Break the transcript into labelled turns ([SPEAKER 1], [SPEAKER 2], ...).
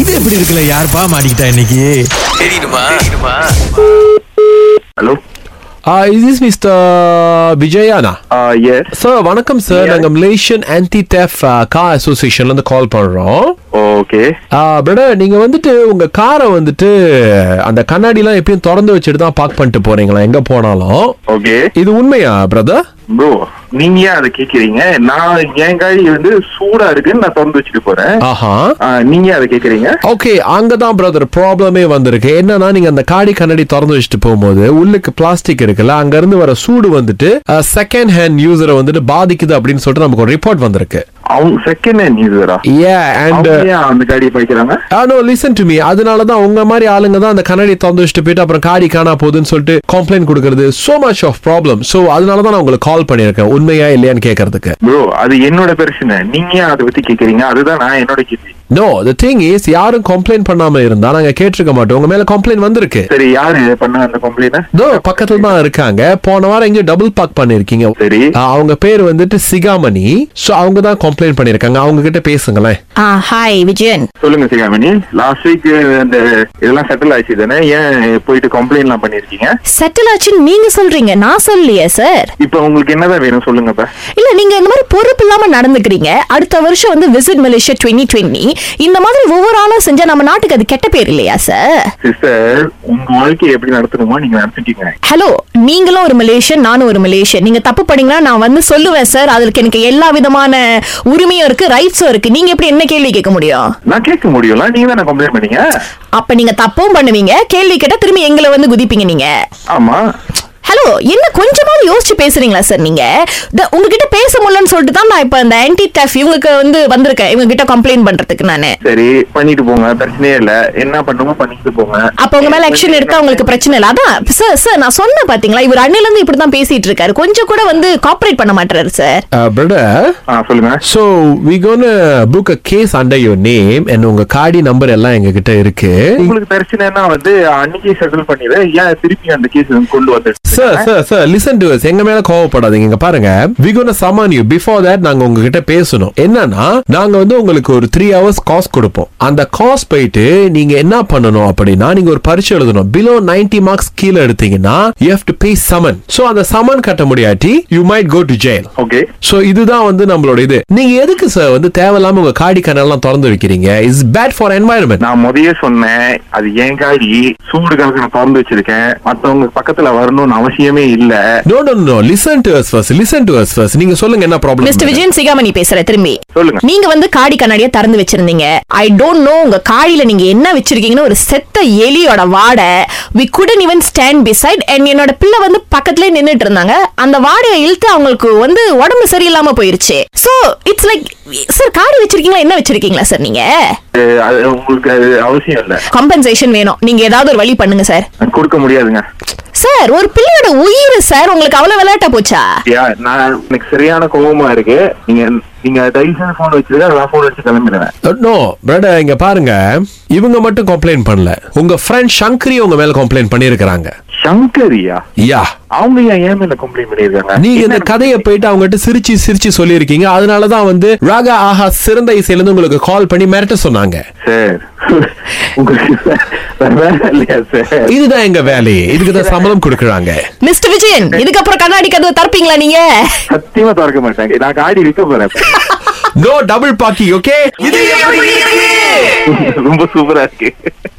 [SPEAKER 1] இது எப்படி இருக்குல்ல யாருப்பா மாட்டிக்கிட்டா இன்னைக்கு
[SPEAKER 2] ஹலோ
[SPEAKER 3] இஸ் இஸ் மிஸ்டர் விஜயானா
[SPEAKER 2] எஸ்
[SPEAKER 3] சார் வணக்கம் சார்
[SPEAKER 2] Yeah.
[SPEAKER 3] நாங்க மலேசியன் ஆன்டி தேஃப் கார் அசோசியேஷன்ல இருந்து கால் பண்றோம்
[SPEAKER 2] ஓகே
[SPEAKER 3] பிரடர் நீங்க வந்துட்டு உங்க காரை வந்துட்டு அந்த கண்ணாடிலாம் எப்பயும் திறந்து வச்சுட்டு தான் பார்க் பண்ணிட்டு போறீங்களா எங்க போனாலும்
[SPEAKER 2] ஓகே
[SPEAKER 3] இது உண்மையா பிரதர்
[SPEAKER 2] ப்ரோ நீங்க ஏன் அதை கேக்குறீங்க நான் என் காய் வந்து சூடா இருக்குன்னு நான் திறந்து வச்சுட்டு போறேன்
[SPEAKER 3] ஆஹா
[SPEAKER 2] ஆ, நீங்க ஏன் அதை கேக்குறீங்க
[SPEAKER 3] ஓகே அங்கதான் பிரதர் ப்ராப்ளமே வந்திருக்கு என்னன்னா நீங்க அந்த காடி கண்ணாடி திறந்து வச்சுட்டு போகும்போது உள்ளுக்கு பிளாஸ்டிக் இருக்குல்ல அங்க இருந்து வர சூடு வந்துட்டு செகண்ட் ஹேண்ட் யூசரை வந்துட்டு பாதிக்குது அப்படின்னு சொல்லிட்டு நமக்கு ஒரு ரிப்போர்ட் வந்திருக்கு
[SPEAKER 2] அவங்க செகண்ட் ஹேண்ட் யூசரா
[SPEAKER 3] ஏ அண்ட்
[SPEAKER 2] அவங்க ஏன் அந்த காடியை படிக்கிறாங்க
[SPEAKER 3] ஆனோ லிசன் டு மீ அதனால தான் உங்க மாதிரி ஆளுங்க தான் அந்த கண்ணாடி திறந்து வச்சுட்டு போயிட்டு அப்புறம் காடி காணா போகுதுன்னு சொல்லிட்டு கம்ப்ளைண்ட் கொடுக்கறது so much of problem so அதனால தான் நான் உங்களுக்கு கால் பண்ணியிருக்கேன் உண்மையா இல்லையான்னு கேட்கறதுக்கு
[SPEAKER 2] ப்ரோ அது என்னோட பிரச்சனை நீங்க ஏன் அதை பத்தி கேக்குறீங்க அதுதான் நான் என்னோட கேள்வி
[SPEAKER 3] நோ த திங் இஸ் யாரும் கம்ப்ளைண்ட் பண்ணாம இருந்தா நாங்க கேட்டிருக்க மாட்டோம் உங்க மேல கம்ப்ளைண்ட் வந்திருக்கு
[SPEAKER 2] சரி யாரு பண்ண அந்த கம்ப்ளைண்ட்
[SPEAKER 3] தோ பக்கத்துல தான் இருக்காங்க போன வாரம் எங்கேயோ டபுள் பார்க் பண்ணிருக்கீங்க
[SPEAKER 2] சரி
[SPEAKER 3] ஆஹ், அவங்க பேர் வந்துட்டு சிகாமணி சோ அவங்க தான் கம்ப்ளைண்ட் பண்ணிருக்காங்க அவங்க கிட்ட பேசுங்களேன்
[SPEAKER 4] ஆ ஹாய் விஜயன்
[SPEAKER 2] சொல்லுங்க சிகாமணி லாஸ்ட் வீக் அந்த இதெல்லாம் செட்டில் ஆயிடுச்சு தானே ஏன் போயிட்டு கம்ப்ளைண்ட் எல்லாம் பண்ணிருக்கீங்க
[SPEAKER 4] செட்டில் ஆச்சுன்னு நீங்க சொல்றீங்க நான் சொல்லலையே சார்
[SPEAKER 2] இப்ப உங்களுக்கு என்னதான் வேணும் சொல்லுங்கப்பா
[SPEAKER 4] இல்ல நீங்க இந்த மாதிரி பொறுப்பு இல்லாம நடந்துக்கிறீங்க அடுத்த வருஷம் வந்து விசிட் மலேசியா 2020 இந்த மாதிரி ஒவ்வொரு ஆளா செஞ்சா நம்ம நாட்டுக்கு அது கெட்ட பேர் இல்லையா சார்
[SPEAKER 2] சிஸ்டர் உங்க வாழ்க்கையை எப்படி நடத்தணுமோ நீங்க நடத்திட்டீங்க
[SPEAKER 4] ஹலோ நீங்களும் ஒரு மலேசியன் நானும் ஒரு மலேசியன் நீங்க தப்பு பண்ணீங்கன்னா நான் வந்து சொல்லுவேன் சார் அதுக்கு எனக்கு எல்லா விதமான உரிமையும் இருக்கு ரைட்ஸும் இருக்கு நீங்க எப்படி என்ன கேள்வி கேட்க முடியும்
[SPEAKER 2] நான் கேட்க முடியல நீங்க தானே கம்ப்ளைண்ட் பண்ணீங்க
[SPEAKER 4] அப்ப நீங்க தப்பும் பண்ணுவீங்க கேள்வி கேட்டா திரும்பி எங்களை வந்து குதிப்பீங்க நீங்க
[SPEAKER 2] ஆமா
[SPEAKER 4] ஹலோ என்ன கொஞ்சமாவது யோசிச்சு பேசுறீங்களா சார் நீங்க த- உங்ககிட்ட பேச முடியலன்னு சொல்லிட்டு தான் நான் இப்ப இந்த ஆன்டி டெஃப் இவங்களுக்கு வந்து வந்திருக்கேன் இவங்க கிட்ட கம்ப்ளைண்ட் பண்றதுக்கு நானு
[SPEAKER 2] சரி பண்ணிட்டு போங்க பிரச்சனையே இல்ல என்ன பண்ணுமோ பண்ணிட்டு போங்க
[SPEAKER 4] அப்ப உங்க மேல ஆக்ஷன் எடுத்தா உங்களுக்கு பிரச்சனை இல்ல அதான் சார் சார் நான் சொன்னேன் பாத்தீங்களா இவர் அண்ணில இருந்து இப்படி தான் பேசிட்டு இருக்காரு கொஞ்சம் கூட வந்து காப்பரேட் பண்ண மாட்டாரு சார்
[SPEAKER 3] பிரதர்
[SPEAKER 2] ஆ சொல்லுங்க
[SPEAKER 3] so we gonna book a case under your name and உங்க காடி நம்பர் எல்லாம் எங்க கிட்ட இருக்கு
[SPEAKER 2] உங்களுக்கு பிரச்சனைனா வந்து அன்னைக்கே செட்டில் பண்ணிடு ஏன் திருப்பி அந்த கேஸ் கொண்டு வந்து
[SPEAKER 3] sir sir sir listen to எங்க மேல கோவப்படாதீங்க இங்க பாருங்க we cone summon you before that நாங்க உங்ககிட்ட பேசணும் என்னன்னா நாங்க வந்து உங்களுக்கு ஒரு த்ரீ ஹவர்ஸ் காஸ்ட் கொடுப்போம் அந்த காஸ்ட் போயிட்டு நீங்க என்ன பண்ணணும் அப்படின்னா நீங்க ஒரு பரிசு எழுதணும் பிலோ 90 மார்க்ஸ் கீழே எடுத்தீங்கன்னா you have to pay summon so அந்த சமன் கட்ட முடியாட்டி you might go to jail
[SPEAKER 2] okay
[SPEAKER 3] so இதுதான் வந்து நம்மளோட இது நீங்க எதுக்கு சார் வந்து தேவையில்லாம உங்க காடி கனெல்லாம் திறந்து வைக்கிறீங்க இஸ் பேட் ஃபார் environment
[SPEAKER 2] நான் முதைய சொன்னேன் அது என் காடி சூடுக்காக நான் திறந்து வச்சிருக்கேன் மத்தவங்க பக்கத்துல வரணும்னு அவசியமே இல்ல
[SPEAKER 3] no no no listen to us first listen to us first நீங்க சொல்லுங்க என்ன
[SPEAKER 4] மிஸ்டர்
[SPEAKER 3] ப்ராப்ளம்
[SPEAKER 4] விஜயன் சிகாமணி பேசுறேன் திரும்பி
[SPEAKER 2] சொல்லுங்க
[SPEAKER 4] நீங்க வந்து காடி கண்ணாடியை திறந்து வச்சிருந்தீங்க ஐ டோன்ட் நோ உங்க காடியில நீங்க என்ன வச்சிருக்கீங்கன்னு ஒரு செத்த எலியோட வாடை we couldn't even stand beside and என்னோட பிள்ளை வந்து பக்கத்துல நின்னுட்டு இருந்தாங்க அந்த வாடையை இழுத்து அவங்களுக்கு வந்து உடம்பு சரியில்லாம போயிருச்சு சோ இட்ஸ் லைக் சார் காடி வச்சிருக்கீங்களா என்ன வச்சிருக்கீங்களா சார் நீங்க
[SPEAKER 2] அஹ், அது உங்களுக்கு அது அவசியம் இல்ல
[SPEAKER 4] கம்பன்சேஷன் வேணும் நீங்க ஏதாவது ஒரு வழி பண்ணுங்க சார்
[SPEAKER 2] நான் கொடுக்க முடியாதுங்க
[SPEAKER 4] சார் ஒரு பிள்ளையோட உயிர் சார் உங்களுக்கு அவ்வளவு விளையாட்டா போச்சா
[SPEAKER 2] யா, நான் எனக்கு சரியான கோபமா இருக்கு நீங்க நீங்க டைல்சன் போன் வச்சிருக்க நான் போன் வச்சு கிளம்பிடுவேன்
[SPEAKER 3] நோ பிரடர் Uh, இங்க பாருங்க இவங்க மட்டும் கம்ப்ளைண்ட் பண்ணல உங்க ஃப்ரெண்ட் சங்கரி உங்க மேல கம்ப்ளைண்ட் பண்ணிருக்காங்க
[SPEAKER 2] சங்கரியா
[SPEAKER 3] யா
[SPEAKER 2] அவங்க ஏன் ஏன் மேல கம்ப்ளைண்ட் பண்ணிருக்காங்க
[SPEAKER 3] நீங்க இந்த கதையை போயிட்டு அவங்ககிட்ட சிரிச்சு சிரிச்சு சொல்லியிருக்கீங்க அதனால தான் வந்து ராகா ஆஹா சிறந்த இசையில இருந்து உங்களுக்கு கால் பண்ணி மிரட்ட சொன்னாங்க
[SPEAKER 2] சார் உங்களுக்கு வேற வேலை இல்லையா சார்
[SPEAKER 3] இதுதான் எங்க வேலையே இதுக்கு தான் சம்பளம் கொடுக்குறாங்க
[SPEAKER 4] மிஸ்டர் விஜயன் இதுக்கப்புறம் கண்ணாடி கதவை தரப்பீங்களா நீங்க
[SPEAKER 2] சத்தியமா திறக்க மாட்டாங்க நான் காடி விற்க போறேன்
[SPEAKER 3] நோ டபுள் பாக்கி ஓகே
[SPEAKER 2] ரொம்ப சூப்பரா இருக்கு